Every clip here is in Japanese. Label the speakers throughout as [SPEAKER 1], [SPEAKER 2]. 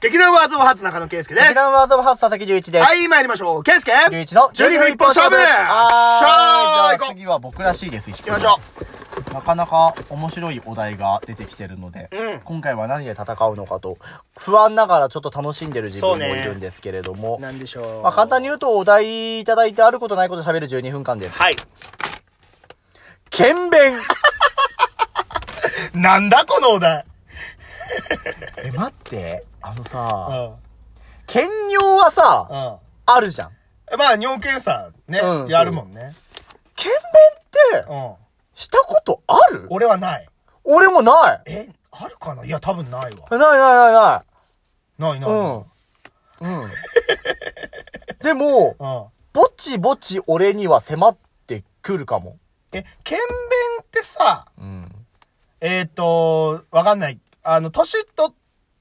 [SPEAKER 1] 劇団ワーズオブハーツ中野圭介です。
[SPEAKER 2] 劇団
[SPEAKER 1] は
[SPEAKER 2] ワードオブハーツ佐々木隆一です。
[SPEAKER 1] い、参りましょう。圭介
[SPEAKER 2] 隆一の
[SPEAKER 1] 12分一本勝負よっし
[SPEAKER 2] あ
[SPEAKER 1] ゃー
[SPEAKER 2] ーじゃあ
[SPEAKER 1] 行こう
[SPEAKER 2] 次は僕らしいです。行
[SPEAKER 1] 行きましょ
[SPEAKER 2] う。なかなか面白いお題が出てきてるので、
[SPEAKER 1] うん
[SPEAKER 2] 今回は何で戦うのかと、不安ながらちょっと楽しんでる自分
[SPEAKER 1] そう
[SPEAKER 2] も
[SPEAKER 1] ね
[SPEAKER 2] いるんですけれども、
[SPEAKER 1] う。なんでしょう。
[SPEAKER 2] まあ簡単に言うとお題いただいてあることないこと喋る12分間です。
[SPEAKER 1] はい。
[SPEAKER 2] 剣弁
[SPEAKER 1] なんだこのお題。
[SPEAKER 2] え、待って、あの
[SPEAKER 1] うん。
[SPEAKER 2] さ、
[SPEAKER 1] うん。
[SPEAKER 2] 剣尿はさ、
[SPEAKER 1] ま
[SPEAKER 2] あるじゃん。
[SPEAKER 1] あ、尿検査ね
[SPEAKER 2] う、ん
[SPEAKER 1] やるもんね。
[SPEAKER 2] 剣弁って、
[SPEAKER 1] うん。
[SPEAKER 2] したことある
[SPEAKER 1] 俺はない。
[SPEAKER 2] 俺もない。
[SPEAKER 1] え、あるかないや、多分ないわ。
[SPEAKER 2] ないないないな
[SPEAKER 1] な
[SPEAKER 2] い。
[SPEAKER 1] いない。うん。
[SPEAKER 2] うん。うん。でも、
[SPEAKER 1] うん。
[SPEAKER 2] ぼちぼち俺には迫ってくるかも。
[SPEAKER 1] え、検便ってさ、
[SPEAKER 2] うん。
[SPEAKER 1] えっ、ー、と、わかんない。あの、年取っ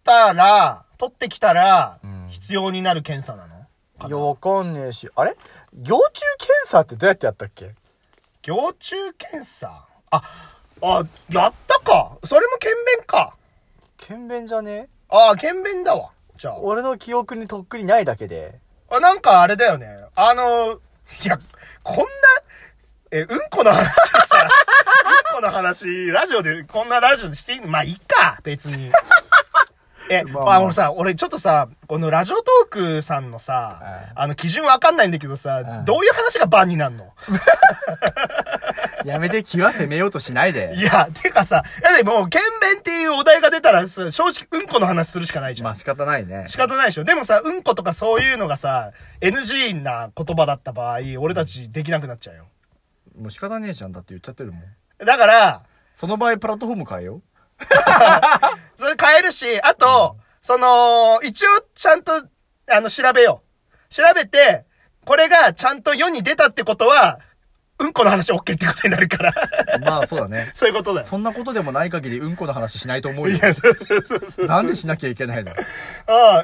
[SPEAKER 1] たら、取ってきたら
[SPEAKER 2] うん、
[SPEAKER 1] 必要になる検査なの、か
[SPEAKER 2] い
[SPEAKER 1] な
[SPEAKER 2] や、わかんねえし。あれ幼虫検査ってどうやってやったっけ
[SPEAKER 1] 行虫検査あ、あ、やったか。それも検便か。
[SPEAKER 2] 検便じゃねえ
[SPEAKER 1] ああ、検便だわ。じゃ
[SPEAKER 2] 俺の記憶にとっくにないだけで。
[SPEAKER 1] あ。あ、なんかあれだよね。あの、いや、こんな、え、うんこの話さ、 うんこの話、ラジオで、こんなラジオでしていいまあ、いいか、別 に。え、
[SPEAKER 2] ま
[SPEAKER 1] まあ、
[SPEAKER 2] あまあ
[SPEAKER 1] 俺さ、俺ちょっとさ、このラジオトークさんのさ、
[SPEAKER 2] う
[SPEAKER 1] あの、基準わかんないんだけどさ、
[SPEAKER 2] うん
[SPEAKER 1] どういう話がバンになるの
[SPEAKER 2] やめて気は攻めようとしないで
[SPEAKER 1] いや、てかさ、いやでも、検便っていうお題が出たらさ、正直、うんこの話するしかないじゃん。
[SPEAKER 2] 仕方ないね
[SPEAKER 1] 仕方ないでしょ。でもさ、うんことかそういうのがさ、NG な言葉だった場合、俺たちできなくなっちゃうよ。
[SPEAKER 2] もう仕方ねえじゃん。だって言っちゃってるもん。
[SPEAKER 1] だから、
[SPEAKER 2] その場合プラットフォーム変えよ
[SPEAKER 1] それ変えるし、あと、その、一応ちゃんと、あの、調べよう。調べて、これがちゃんと世に出たってことは、うんこの話 OK ってことになるから。
[SPEAKER 2] う。まあそうだね。
[SPEAKER 1] そういうことだよ。
[SPEAKER 2] そんなことでもない限りうんこの話しないと思うよ。なんでしなきゃいけないの
[SPEAKER 1] うん。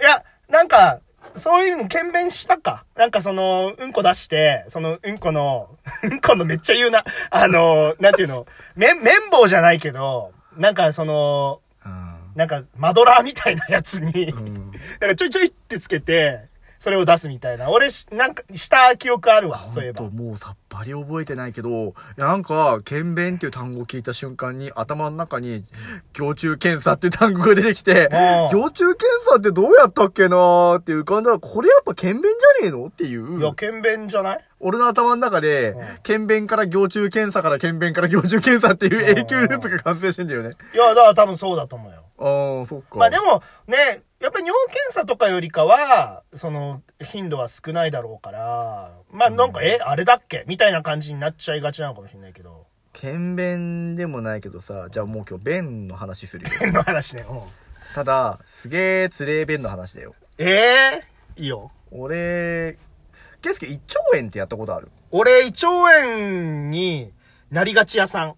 [SPEAKER 1] いや、なんか、そういうの、検便したか。なんかその、うんこ出して、その、うんこの、 うんこのめっちゃ言うな。あの、なんていうの、め、綿棒じゃないけど、なんかその、
[SPEAKER 2] うん。
[SPEAKER 1] なんか、マドラーみたいなやつに、
[SPEAKER 2] ん
[SPEAKER 1] なんかちょいちょいってつけて、それを出すみたいな。俺し、なんか、した記憶あるわ、そういえば
[SPEAKER 2] ほん。ともうさっぱり覚えてないけどいやなんか「検便」っていう単語を聞いた瞬間に頭の中に「行虫検査」っていう単語が出てきて「
[SPEAKER 1] うん
[SPEAKER 2] 行虫検査ってどうやったっけな?」って浮かんだらこれやっぱ検便じゃねえのってい
[SPEAKER 1] いや、
[SPEAKER 2] う
[SPEAKER 1] 検便じゃない
[SPEAKER 2] 俺の頭の中で
[SPEAKER 1] うん
[SPEAKER 2] 検便から行虫検査から検便から行虫検査っていう永久ループが完成してんだよね
[SPEAKER 1] いや、だから多分そうだと思うよ。
[SPEAKER 2] ああそっか
[SPEAKER 1] まあでもね、やっぱり尿検査とかよりかは、その、頻度は少ないだろうから、まあなんか、え、あれだっけみたいな感じになっちゃいがちなのかもしれないけど。
[SPEAKER 2] 検便でもないけどさじゃあもう今日便の話するよ
[SPEAKER 1] 変な話ね。うん。
[SPEAKER 2] ただすげえつれえ便の話だよ
[SPEAKER 1] ええいいよ。
[SPEAKER 2] 俺、ケイスケ一兆円ってやったことある
[SPEAKER 1] 俺、胃腸炎になりがち屋さん。
[SPEAKER 2] っ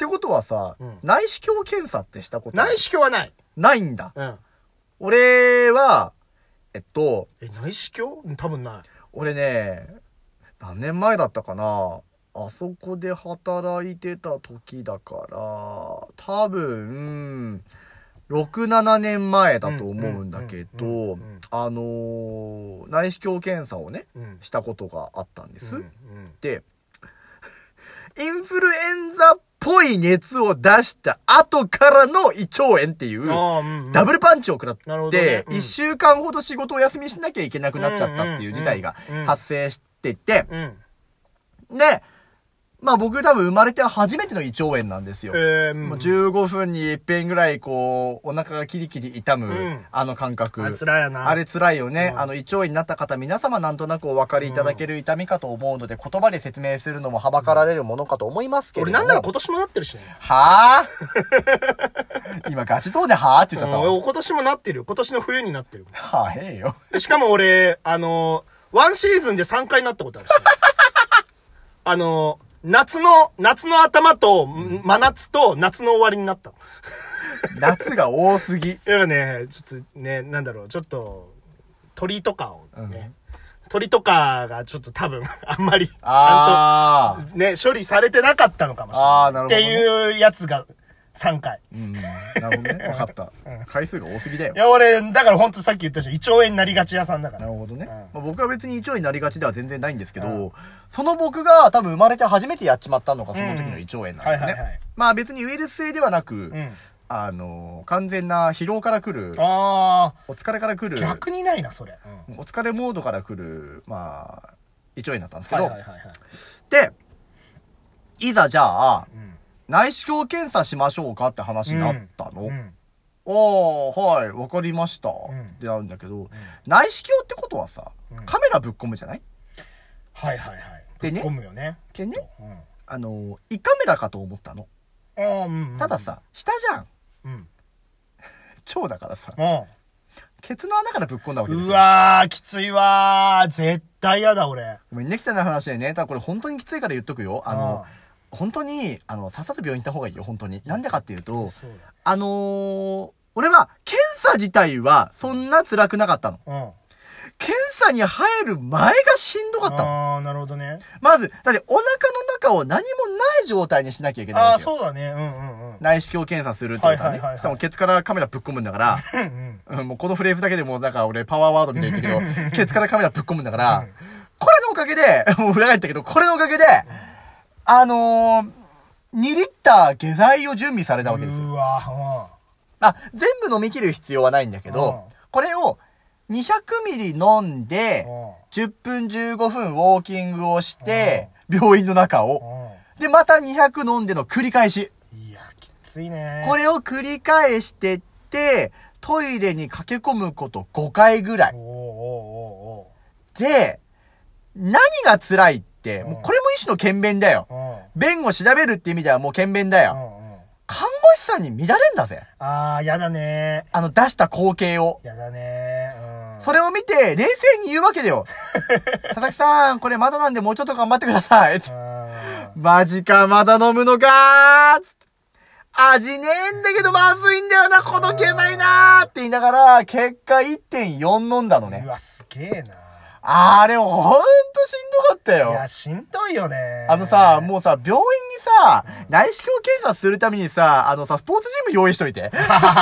[SPEAKER 2] てことはさ、
[SPEAKER 1] うん
[SPEAKER 2] 内視鏡検査ってしたことある
[SPEAKER 1] 内視鏡はない。
[SPEAKER 2] ないんだ。
[SPEAKER 1] うん。
[SPEAKER 2] 俺は、えっと、
[SPEAKER 1] え、内視鏡多分ない。
[SPEAKER 2] 俺ね、何年前だったかなあそこで働いてた時だから、多分、6、7年前だと思うんだけ
[SPEAKER 1] うんうんうんう
[SPEAKER 2] ど
[SPEAKER 1] ん、
[SPEAKER 2] あのー内視鏡検査をね、
[SPEAKER 1] うん。
[SPEAKER 2] したことがあったんです。
[SPEAKER 1] うん
[SPEAKER 2] って、インフルエンザっぽい熱を出した後からの胃腸炎っていう
[SPEAKER 1] うん。、ああ、うん、うん。
[SPEAKER 2] ダブルパンチを食らっ
[SPEAKER 1] なるほど
[SPEAKER 2] て
[SPEAKER 1] ね、
[SPEAKER 2] 一、
[SPEAKER 1] うん
[SPEAKER 2] 週間ほど仕事をお休みしなきゃいけなくなっちゃったっていう事態が
[SPEAKER 1] うんうんうん
[SPEAKER 2] 発生してて、
[SPEAKER 1] うん。え
[SPEAKER 2] で、まあ僕多分生まれて初めての胃腸炎なんですよ。
[SPEAKER 1] え
[SPEAKER 2] もう
[SPEAKER 1] ー、
[SPEAKER 2] 15分に一遍ぐらいこう、お腹がキリキリ痛む、
[SPEAKER 1] うん
[SPEAKER 2] あの感覚。
[SPEAKER 1] あれ辛いよな。
[SPEAKER 2] あれ辛いよね。
[SPEAKER 1] うん
[SPEAKER 2] あの、胃腸炎になった方、皆様なんとなくお分かりいただける痛みかと思うので、言葉で説明するのもはばかられるものかと思いますけれ
[SPEAKER 1] 俺
[SPEAKER 2] ども。
[SPEAKER 1] なんなら今年もなってるしね。
[SPEAKER 2] はぁ 今ガチトーンではぁって言っちゃった
[SPEAKER 1] うん
[SPEAKER 2] わ。
[SPEAKER 1] 俺今年もなってるよ。今年の冬になってる。
[SPEAKER 2] はぁ、え えよ。
[SPEAKER 1] でしかも俺、あのーワンシーズンで3回なったことあるし。 あのー夏の、夏の頭と、ん真夏と夏の終わりになったの。
[SPEAKER 2] 夏が多すぎ。
[SPEAKER 1] いやね、ちょっとね、なんだろう、ちょっと、鳥とかをね、鳥とかがちょっと多分、 あんまり、ちゃんと、
[SPEAKER 2] あ
[SPEAKER 1] ね、処理されてなかったのかもしれない。
[SPEAKER 2] あーなるほどね
[SPEAKER 1] っていうやつが3回。
[SPEAKER 2] うん。なるほどね。わかった。回数が多すぎだよ
[SPEAKER 1] い。や、俺、だからほんとさっき言ったじゃん。胃腸炎になりがち屋さんだか
[SPEAKER 2] な
[SPEAKER 1] ら。
[SPEAKER 2] るほどね。
[SPEAKER 1] うん
[SPEAKER 2] まあ、僕は別に一腸になりがちでは全然ないんですけど、
[SPEAKER 1] うん
[SPEAKER 2] その僕が多分生まれて初めてやっちまったのがその時の胃腸炎なんですね。
[SPEAKER 1] うんはいはいはい
[SPEAKER 2] まあ別にウイルス性ではなく、
[SPEAKER 1] うん。
[SPEAKER 2] あのー完全な疲労から来る、
[SPEAKER 1] あ
[SPEAKER 2] お疲れから来
[SPEAKER 1] ー、
[SPEAKER 2] る、
[SPEAKER 1] 逆にないな、それ。うん
[SPEAKER 2] お疲れモードから来る、まあ、胃腸炎だったんですけど、
[SPEAKER 1] はいはいはいはい。
[SPEAKER 2] で、いざじゃあ、
[SPEAKER 1] うん
[SPEAKER 2] 内視鏡検査しましょうかって話になったの。
[SPEAKER 1] うん
[SPEAKER 2] ああ、はい、わかりました。
[SPEAKER 1] ん
[SPEAKER 2] ってなるんだけど、内視鏡ってことはさ
[SPEAKER 1] うん、
[SPEAKER 2] カメラぶっ込むじゃない
[SPEAKER 1] はいはいはい。
[SPEAKER 2] でね
[SPEAKER 1] ぶっ込むよね。
[SPEAKER 2] でね、
[SPEAKER 1] うん。あ
[SPEAKER 2] あの、胃カメラかと思ったの。
[SPEAKER 1] ーうんうん
[SPEAKER 2] ただ、さ、下じゃん。
[SPEAKER 1] うん。
[SPEAKER 2] 腸だか らさ、
[SPEAKER 1] うん。
[SPEAKER 2] ケツの穴からぶっ込んだわけです
[SPEAKER 1] う
[SPEAKER 2] よ。
[SPEAKER 1] わー、きついわー。絶対嫌だ、俺。
[SPEAKER 2] ごめんね、汚い話でね、ただこれ本当にきついから言っとくよ。あの、本当に、あの、さっさと病院行った方がいいよ、本当に。なんでかっていうと、
[SPEAKER 1] そうだ。
[SPEAKER 2] あのー俺は、検査自体は、そんな辛くなかったの。
[SPEAKER 1] うん。
[SPEAKER 2] 検査に入る前がしんどかったの。
[SPEAKER 1] あー、なるほどね。
[SPEAKER 2] まず、だってお腹の中を何もない状態にしなきゃいけない
[SPEAKER 1] あ
[SPEAKER 2] わ
[SPEAKER 1] ー、
[SPEAKER 2] けよ。
[SPEAKER 1] そうだね。うんうんうん。
[SPEAKER 2] 内視鏡検査するってことは
[SPEAKER 1] はいはいはいは
[SPEAKER 2] ね。
[SPEAKER 1] い
[SPEAKER 2] しかも、ケツからカメラぶっ込むんだから、
[SPEAKER 1] うんうん。
[SPEAKER 2] うん、もうこのフレーズだけでもうなんか俺パワーワードみたいに言ってるけど、ケツからカメラぶっ込むんだから、これのおかげで、 もう裏返ったけど、これのおかげで、あのー、2リッター下剤を準備されたわけですよ。
[SPEAKER 1] うわ
[SPEAKER 2] あ、全部飲み切る必要はないんだけど
[SPEAKER 1] うん、
[SPEAKER 2] これを200ミリ飲ん
[SPEAKER 1] ー、
[SPEAKER 2] で
[SPEAKER 1] う、ん。うん
[SPEAKER 2] 10分15分ウォーキングをして、病院の中を。
[SPEAKER 1] う
[SPEAKER 2] で、また200飲んでの繰り返し。
[SPEAKER 1] ん。いや、きついね。
[SPEAKER 2] これを繰り返してって、トイレに駆け込むこと5回ぐらい
[SPEAKER 1] お。ーお
[SPEAKER 2] で、何が辛いって、もうこれも一種の検便だよ
[SPEAKER 1] ーおー。おー
[SPEAKER 2] 弁護調べるって意味ではもう検便だ
[SPEAKER 1] う
[SPEAKER 2] よ。
[SPEAKER 1] ん。うんうん。
[SPEAKER 2] 看護師さんに見られんだぜ。
[SPEAKER 1] あー、やだね
[SPEAKER 2] あの出した光景を。
[SPEAKER 1] やだねうん。
[SPEAKER 2] それを見て、冷静に言うわけ だよ。佐々木さん、これまだなんでもうちょっと頑張ってください。
[SPEAKER 1] うん。あ
[SPEAKER 2] マジか、まだ飲むのかーつって味ねえんだけどまずいんだよな、このけないなーって言いながら、結果1.4飲んだの
[SPEAKER 1] ーう
[SPEAKER 2] ね。
[SPEAKER 1] わ、すげえな
[SPEAKER 2] あれ、ほんとしんどかったよ
[SPEAKER 1] い。や、しんどいよね
[SPEAKER 2] あのさ、もうさ、病院にさ、内視鏡検査するためにさ、あのさ、スポーツジム用意しと いて。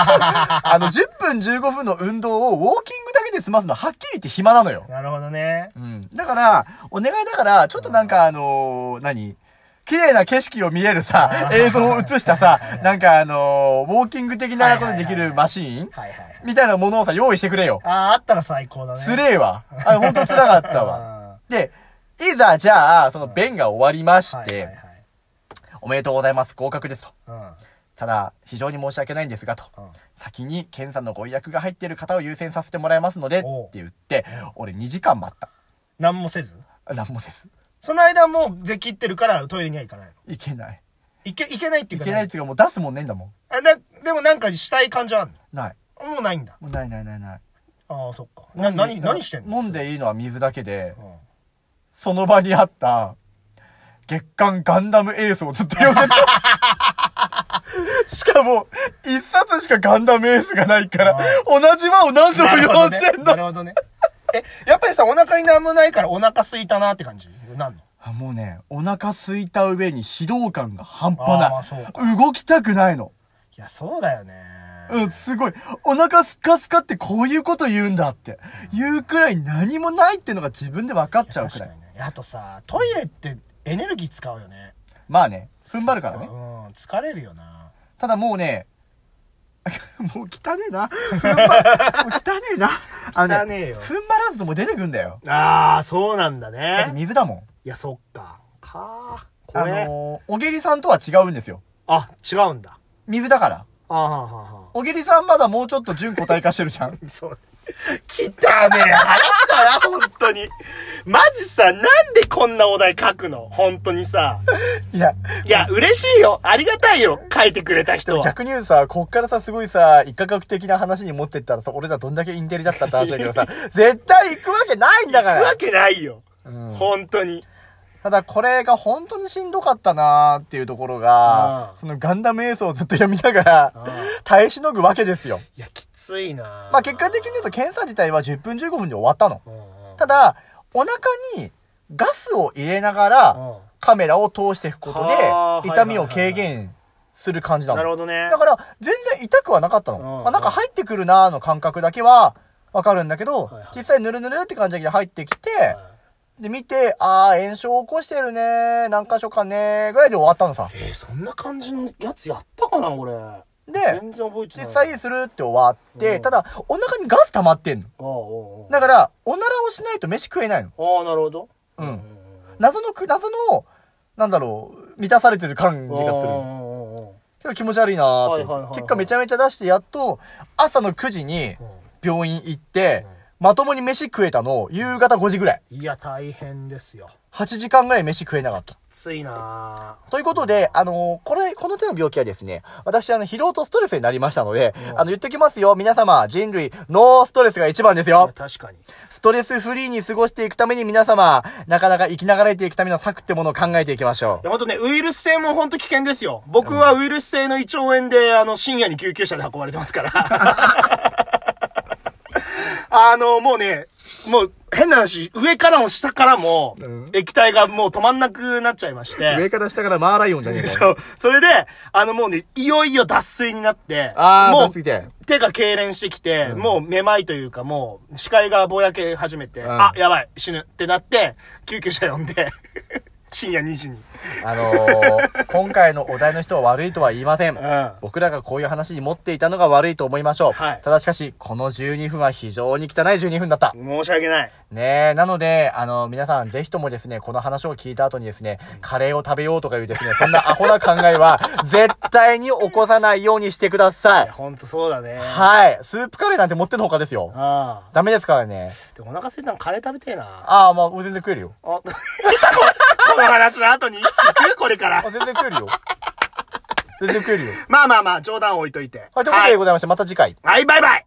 [SPEAKER 2] あの、10分15分の運動をウォーキングだけで済ますのはっきり言って暇なのよ。
[SPEAKER 1] なるほどね。
[SPEAKER 2] うん。だから、お願いだから、ちょっとなんかあのー何綺麗な景色を見えるさ、映像を映し たさ、なんかあのーウォーキング的なことでできるマシーン
[SPEAKER 1] はいはいはい。
[SPEAKER 2] みたいなものをさ、用意してくれよ。
[SPEAKER 1] あー、あったら最高だね。
[SPEAKER 2] つれえわ。あれ、ほんと辛かっ たわ。
[SPEAKER 1] わ。
[SPEAKER 2] で、いざ、じゃあ、その弁が終わりまし
[SPEAKER 1] はいはい
[SPEAKER 2] て
[SPEAKER 1] はい、。
[SPEAKER 2] おめでとうございます。合格ですと。
[SPEAKER 1] うん。
[SPEAKER 2] ただ、非常に申し訳ないんですがと。
[SPEAKER 1] うん
[SPEAKER 2] 先に検査のご予約が入っている方を優先させてもらいますので、って
[SPEAKER 1] おう
[SPEAKER 2] 言って、俺2時間待った。
[SPEAKER 1] 何もせず
[SPEAKER 2] 何もせず。
[SPEAKER 1] その間もうできってるからトイレには行かないの。
[SPEAKER 2] いけない。
[SPEAKER 1] いけ、いけないってい
[SPEAKER 2] いう
[SPEAKER 1] か
[SPEAKER 2] けないっていうかもう出すもんねえんだも
[SPEAKER 1] あなでもなんかしたい感じはある
[SPEAKER 2] ん。ない。
[SPEAKER 1] のもうないんだ。
[SPEAKER 2] もうないないないない。
[SPEAKER 1] ああ、そっか。な、何、何してんの
[SPEAKER 2] 飲んでいいのは水だけで
[SPEAKER 1] う、ん
[SPEAKER 2] その場にあった、月刊ガンダムエースをずっと読んで た。しかも、一冊しかガンダムエースがないから
[SPEAKER 1] あ、
[SPEAKER 2] 同じ輪を何度も
[SPEAKER 1] なるほど
[SPEAKER 2] 読ん
[SPEAKER 1] ね
[SPEAKER 2] でんの
[SPEAKER 1] な。るほどね。え、やっぱりさ、お腹になんもないからお腹空いたなって感じなんの
[SPEAKER 2] あもうね、お腹空いた上に疲労感が半
[SPEAKER 1] あーまあ
[SPEAKER 2] 端
[SPEAKER 1] そう
[SPEAKER 2] ない。動きたくないの。
[SPEAKER 1] いや、そうだよね。
[SPEAKER 2] うん、すごい。お腹スカスカってこういうこと言うんだって。言うくらい何もないってのが自分で分かっちゃうく
[SPEAKER 1] 確
[SPEAKER 2] ら
[SPEAKER 1] か
[SPEAKER 2] い。
[SPEAKER 1] にね。あとさ、トイレってエネルギー使うよね。
[SPEAKER 2] まあね、踏ん張るからね
[SPEAKER 1] う。ん、疲れるよな。
[SPEAKER 2] ただもうね、 もう汚ねえな。踏ん張もう汚ねえな。あの
[SPEAKER 1] 汚ねえよ
[SPEAKER 2] 踏ん張らずとも出てくんだよ。
[SPEAKER 1] ああ、そうなんだ
[SPEAKER 2] だっ
[SPEAKER 1] ね。
[SPEAKER 2] て水だもん。
[SPEAKER 1] いや、そっか。かあ。こ
[SPEAKER 2] あ
[SPEAKER 1] れ、
[SPEAKER 2] のー、おげりさんとは違うんですよ。
[SPEAKER 1] あ、違うんだ。
[SPEAKER 2] 水だから。
[SPEAKER 1] ああ、はあ、はあ。。
[SPEAKER 2] おげりさんまだもうちょっと純個体化してるじゃん
[SPEAKER 1] そう。きたねえ話だな、本当に。マジさ、なんでこんなお題書くの本当に さ。
[SPEAKER 2] いや、
[SPEAKER 1] いや、嬉しいよ。ありがたいよ。書いてくれた人は。
[SPEAKER 2] 逆に言うとさ、こっからさ、すごいさ、一科学的な話に持ってったらさ、俺らどんだけインテリだったって話だ けどさ、絶対行くわけないんだか
[SPEAKER 1] 行くわ
[SPEAKER 2] ら。
[SPEAKER 1] けないよ。
[SPEAKER 2] うん
[SPEAKER 1] 本当に。
[SPEAKER 2] ただこれが本当にしんどかったなーっていうところが
[SPEAKER 1] う、ん
[SPEAKER 2] そのガンダムエースをずっと読みながら、耐えしのぐわけですよ。
[SPEAKER 1] いや、きついな
[SPEAKER 2] まあ結果的に言うと検査自体は10分15分で終わったの。
[SPEAKER 1] うんうん
[SPEAKER 2] ただ、お腹にガスを入れながら
[SPEAKER 1] うん
[SPEAKER 2] カメラを通していくことで
[SPEAKER 1] はあ
[SPEAKER 2] 痛みを軽減する感じだも
[SPEAKER 1] なんる。ほどね
[SPEAKER 2] だ。から、全然痛くはなかったの。
[SPEAKER 1] うん
[SPEAKER 2] まあ、なんか入ってくるなーの感覚だけは、わかるんだけど、
[SPEAKER 1] はいはい
[SPEAKER 2] 実際ぬるぬるって感じで入ってきて、で、見て、あー、炎症起こしてるねー、何箇所かねー、ぐらいで終わったのさ。
[SPEAKER 1] えー、そんな感じのやつやったかな、俺。
[SPEAKER 2] で、
[SPEAKER 1] 全然覚えてな
[SPEAKER 2] 実
[SPEAKER 1] い。
[SPEAKER 2] 際するって終わって、
[SPEAKER 1] うん
[SPEAKER 2] ただ、お腹にガス溜まってんの。
[SPEAKER 1] ああ、おうおう
[SPEAKER 2] だから、おならをしないと飯食えないの。
[SPEAKER 1] ああ、なるほど。
[SPEAKER 2] うん
[SPEAKER 1] ん
[SPEAKER 2] 謎のく、謎の、なんだろう、満たされてる感じがする。
[SPEAKER 1] る。
[SPEAKER 2] けど気持ち悪いなーって
[SPEAKER 1] はいは
[SPEAKER 2] 思って、
[SPEAKER 1] いはいはい
[SPEAKER 2] 結果めちゃめちゃ出して、やっと、朝の9時に
[SPEAKER 1] う
[SPEAKER 2] 病院行って、
[SPEAKER 1] ん
[SPEAKER 2] まともに飯食えたの、夕方5時ぐらい。
[SPEAKER 1] いや、大変ですよ。
[SPEAKER 2] 8時間ぐらい飯食えなかった。
[SPEAKER 1] ついなぁ
[SPEAKER 2] ということで、あのーこれ、この手の病気はですね、私、あの、疲労とストレスになりましたので、
[SPEAKER 1] うん
[SPEAKER 2] あの、言っときますよ、皆様、人類、ノーストレスが一番です
[SPEAKER 1] い
[SPEAKER 2] よ
[SPEAKER 1] や。確かに。
[SPEAKER 2] ストレスフリーに過ごしていくために皆様、なかなか生きながらえていくための策ってものを考えていきましょ。
[SPEAKER 1] いうや、ほんとね、ウイルス性もほんと危険ですよ。僕はウイルス性の胃腸炎で、あの、深夜に救急車で運ばれてますから。 あの、もうね、もう、変な話、上からも下からも
[SPEAKER 2] うん、
[SPEAKER 1] 液体がもう止まんなくなっちゃいまして。
[SPEAKER 2] から下からマーライオンじゃねえ
[SPEAKER 1] そう。それで、あのもうね、いよいよ脱水になって、
[SPEAKER 2] あー、
[SPEAKER 1] も
[SPEAKER 2] も
[SPEAKER 1] う
[SPEAKER 2] う、すぎて。
[SPEAKER 1] 手が痙攣してきて、もうめまいというか、もう視界がぼやけ始めて、
[SPEAKER 2] ん
[SPEAKER 1] あ、やばい、死ぬってなって、救急車呼んで、 深夜2時に。
[SPEAKER 2] あ のー今回のお題の人は悪いとは言いません。
[SPEAKER 1] ん
[SPEAKER 2] 僕らがこういう話に持っていたのが悪いと思いましょう。
[SPEAKER 1] はい
[SPEAKER 2] ただしかし、この12分は非常に汚い12分だった。
[SPEAKER 1] 申し訳ない。
[SPEAKER 2] ねえ、なので、あの、皆さんぜひともですね、この話を聞いた後にですね、カレーを食べようとかいうですね、そんなアホな考えは、絶対に起こさないようにしてくださ
[SPEAKER 1] いや、
[SPEAKER 2] い。
[SPEAKER 1] ほんとそうだね。
[SPEAKER 2] はい。スープカレーなんて持ってのほかですよ。
[SPEAKER 1] ああ。
[SPEAKER 2] ダメですからね。
[SPEAKER 1] でもお腹すいたのカレー食べてえな。あ、
[SPEAKER 2] ああ、まあ、全然食えるよ。
[SPEAKER 1] こ この話の後に行くこれか
[SPEAKER 2] あ、
[SPEAKER 1] ら。
[SPEAKER 2] 全然食えるよ。全然食えるよ。
[SPEAKER 1] まあまあまあ、冗談置いといて。
[SPEAKER 2] はい、ということでございまして、また次回。
[SPEAKER 1] はい、はいバイバイ